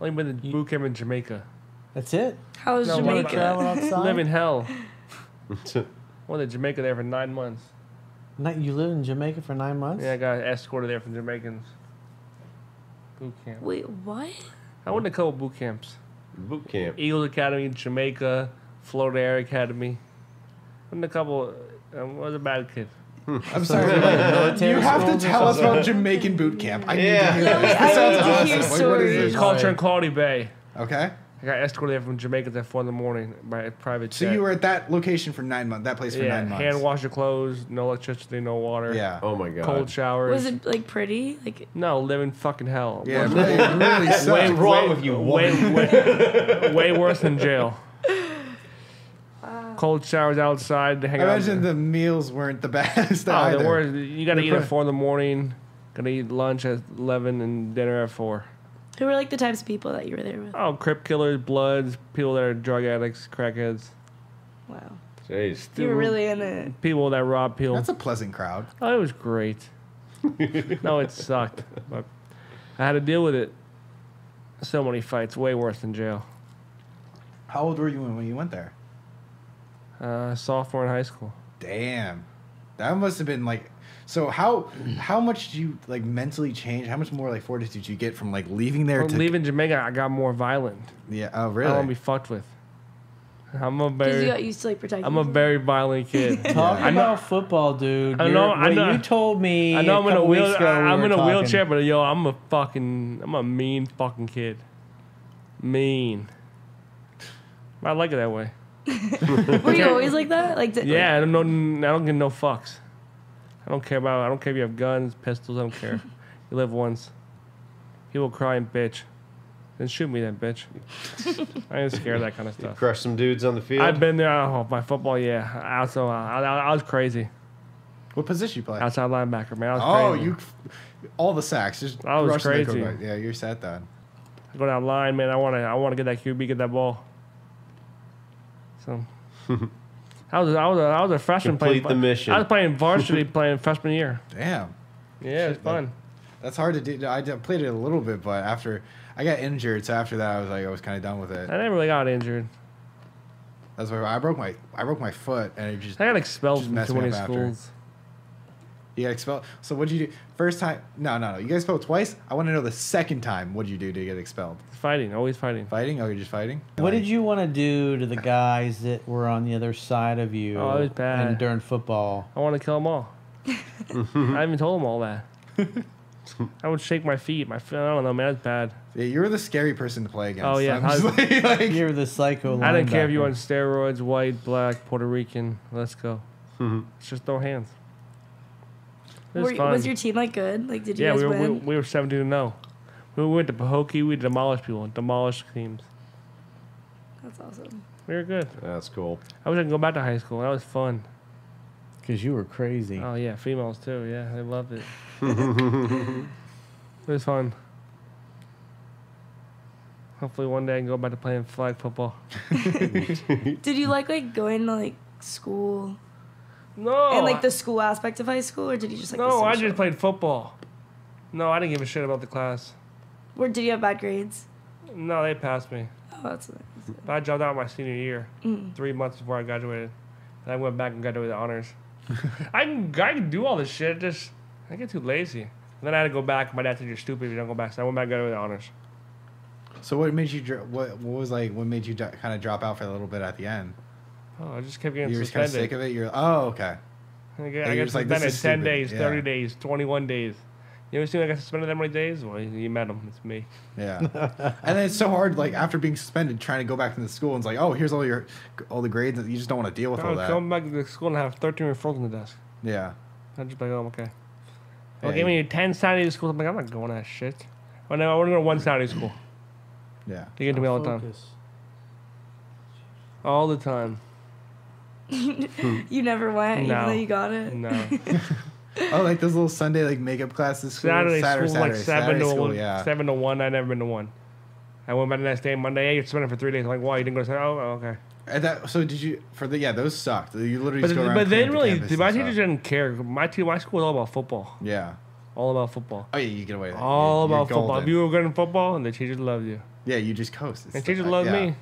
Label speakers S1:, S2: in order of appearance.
S1: Only been to boot camp in Jamaica.
S2: That's it.
S3: How is
S1: No, what about-
S3: Jamaica?
S2: Travel outside.
S1: Live in hell.
S4: That's
S1: Went to Jamaica there for nine months.
S2: Ni- you lived in Jamaica for nine months.
S1: Yeah, I got escorted there from Jamaicans. Boot camp.
S3: Wait, what?
S1: I went to a couple boot camps.
S4: boot camp.
S1: Eagle Academy in Jamaica, Florida Air Academy. Went to a couple. uh, I was a bad kid.
S5: I'm sorry.
S2: Uh,
S5: you have to tell us about Jamaican boot camp. I
S4: Yeah.
S5: need to hear
S3: Yeah, wait,
S5: this. This
S3: I
S5: sounds
S3: need to
S5: awesome.
S3: hear
S5: Wait, what is
S3: stories.
S5: this?
S1: Culture in Quality Bay.
S5: Okay.
S1: I got escorted there from Jamaica at four in the morning by a private
S5: So
S1: jet.
S5: you were at that location for nine months. That place for
S1: yeah,
S5: nine months.
S1: hand wash your clothes, no electricity, no water.
S5: Yeah.
S4: Oh my god.
S1: cold showers.
S3: Was it like pretty? Like
S1: No, living fucking hell.
S5: Yeah. it really, it really
S4: What's
S5: sucked.
S4: wrong with you,
S1: Way,
S4: woman?
S1: way, way worse than jail. Cold showers outside. Hang
S5: I
S1: out.
S5: imagine the meals weren't the best
S1: oh,
S5: either.
S1: the worst. You gotta
S5: They're
S1: eat at
S5: pre-
S1: four in the morning. Gotta eat lunch at eleven and dinner at four.
S3: who were like the types of people that you were there with?
S1: Oh, crip killers, bloods, people that are drug addicts, crackheads,
S3: Wow,
S4: Jeez.
S3: you were really in it.
S1: people that rob people.
S5: That's a pleasant crowd.
S1: oh, it was great. no, it sucked, but I had to deal with it. So many fights, way worse than jail.
S5: How old were you when when you went there?
S1: Uh, sophomore in high school.
S5: Damn, that must have been like. So how how much do you like mentally change? How much more like fortitude you get from like leaving there
S1: Well,
S5: to
S1: leaving Jamaica, I got more violent.
S5: Yeah. Oh
S1: I don't want to
S5: really?
S1: be fucked with. I'm a
S3: Because you
S1: very,
S3: got used to like protecting.
S1: I'm a
S3: yourself.
S1: very violent kid.
S2: Talk
S1: I know-
S2: about football, dude.
S1: I
S2: You're-
S1: know- I
S2: what
S1: know-
S2: You told me.
S1: I know I'm in a wheel,
S2: weeks ago we
S1: I, am
S2: were
S1: in a
S2: talking.
S1: wheelchair, but yo, I'm a fucking, I'm a mean fucking kid. Mean. I like it that way.
S3: Were you always like that? Like did-
S1: Yeah, I don't know. I don't give no fucks. I don't care about. I don't care if you have guns, pistols. I don't care. you live once. People cry and bitch. Then shoot me, then bitch. I ain't scared of that kind of stuff.
S4: Crush some dudes on the field.
S1: I've been there. Oh, my football, yeah. I, also, I, I, I was crazy.
S5: What position you play?
S1: Outside linebacker, man. I was
S5: oh,
S1: crazy.
S5: you all the sacks. Just
S1: I was
S5: rushing the
S1: crazy.
S5: quarterback. Yeah, you're sat down.
S1: I go down line, man. I want to. I want to get that QB, get that ball. So, I was. I was. A, I was a freshman
S4: Complete
S1: playing.
S4: the mission.
S1: I was playing varsity, playing freshman year.
S5: Damn,
S1: Yeah, it was fun.
S5: that's hard to do. I did- played it a little bit, but after I got injured, so after that I was like I was kind of done with
S1: I
S5: it.
S1: never really got injured.
S5: That's why I broke my I broke my foot and it just
S1: I got expelled
S5: Just
S1: from
S5: mess
S1: too
S5: me
S1: many
S5: up after.
S1: schools.
S5: you got expelled. So what'd you do? First time? No, no, no. You got expelled twice. I want to know the second time. What'd you do to get expelled?
S1: Fighting, always fighting.
S5: Fighting? Oh, you're just fighting.
S2: What did you want to do to the guys that were on the other side of you?
S1: Oh, it was bad.
S2: And during football,
S1: I want to kill them all. I even told them all that. I would shake my feet. My feet, I don't know, man. That's bad.
S5: Yeah, you were the scary person to play against.
S1: Oh, yeah,
S5: I'm just
S1: I-
S5: like, like-
S2: you're the psycho.
S1: I didn't care if you
S2: linebacker.
S1: were on steroids, white, black, Puerto Rican. Let's go. Let's just throw hands. It was
S3: Were,
S1: fun.
S3: was your team like good? Like did you
S1: yeah,
S3: guys
S1: we were, we,
S3: win?
S1: we were 17 to no. We went to Pahokee. We demolished people, demolished teams.
S3: That's awesome.
S1: We were good.
S4: That's cool.
S1: I wish I could go back to high school. That was fun.
S2: Because you were crazy.
S1: Oh yeah, females too. Yeah, they loved it. it was fun. Hopefully one day I can go back to playing flag football.
S3: Did you like like going to like school
S1: No,
S3: and like the school aspect of high school, or did you just like
S1: no,
S3: The
S1: I
S3: social?
S1: just played football. No, I didn't give a shit about the class.
S3: Or did you have bad grades?
S1: No, they passed me.
S3: Oh, that's
S1: But I dropped out my senior year, three months before I graduated. And I went back and graduated with honors. I can I can do all this shit. Just I get too lazy. And then I had to go back. My dad said you're stupid if you don't go back. So I went back and graduated with honors.
S5: So what made you dr- what what was like what made you d- kind of drop out for a little bit at the end?
S1: Oh, I just kept getting
S5: you were just kind
S1: suspended.
S5: of sick of it. You're oh okay.
S1: I
S5: Yeah,
S1: got, I got
S5: you're just like,
S1: suspended
S5: this is
S1: 10
S5: stupid.
S1: days, 30
S5: Yeah.
S1: days, 21 days. You ever seen I got suspended that many days? Well, you met him. It's me.
S5: Yeah. and then it's so hard like after being suspended trying to go back into school and it's like, "Oh, here's all your all the grades that you just don't want to deal with
S1: I
S5: all
S1: was
S5: that."
S1: going back to school and I have 13 referrals on the desk.
S5: Yeah.
S1: I'm just like, oh, okay. Well,
S5: Yeah,
S1: give me 10 Saturday school. I'm like, I'm not going to that shit. Well, no, I want to go to one Saturday school.
S5: Yeah.
S1: They get to me all the time.
S2: Focus.
S1: All the time.
S3: it. You never went,
S1: No.
S3: even though you got it.
S1: No.
S5: Oh, like those little Sunday like makeup classes.
S1: Saturday,
S5: Saturday,
S1: school
S5: Saturday,
S1: like 7
S5: Saturday
S1: to
S5: school,
S1: 1.
S5: yeah.
S1: 7 to 1. I've never been to 1. I went back the next day, Monday. Hey, you're suspended for three days. I'm like, why? You didn't go to Saturday? Oh, okay.
S5: And that so did you for the yeah, those sucked. You literally
S1: But,
S5: just go around
S1: but they
S5: cleaning
S1: didn't
S5: the
S1: really,
S5: campus
S1: my
S5: and
S1: teacher
S5: stuff.
S1: didn't care. My, te- my school was all about football.
S5: Yeah.
S1: All about football.
S5: Oh yeah, you get away with that.
S1: All
S5: You're- you're
S1: about football. If
S5: golden.
S1: you were good in football, the teachers loved you.
S5: Yeah, you just coast.
S1: And
S5: It's like-
S1: teachers loved
S5: yeah.
S1: me.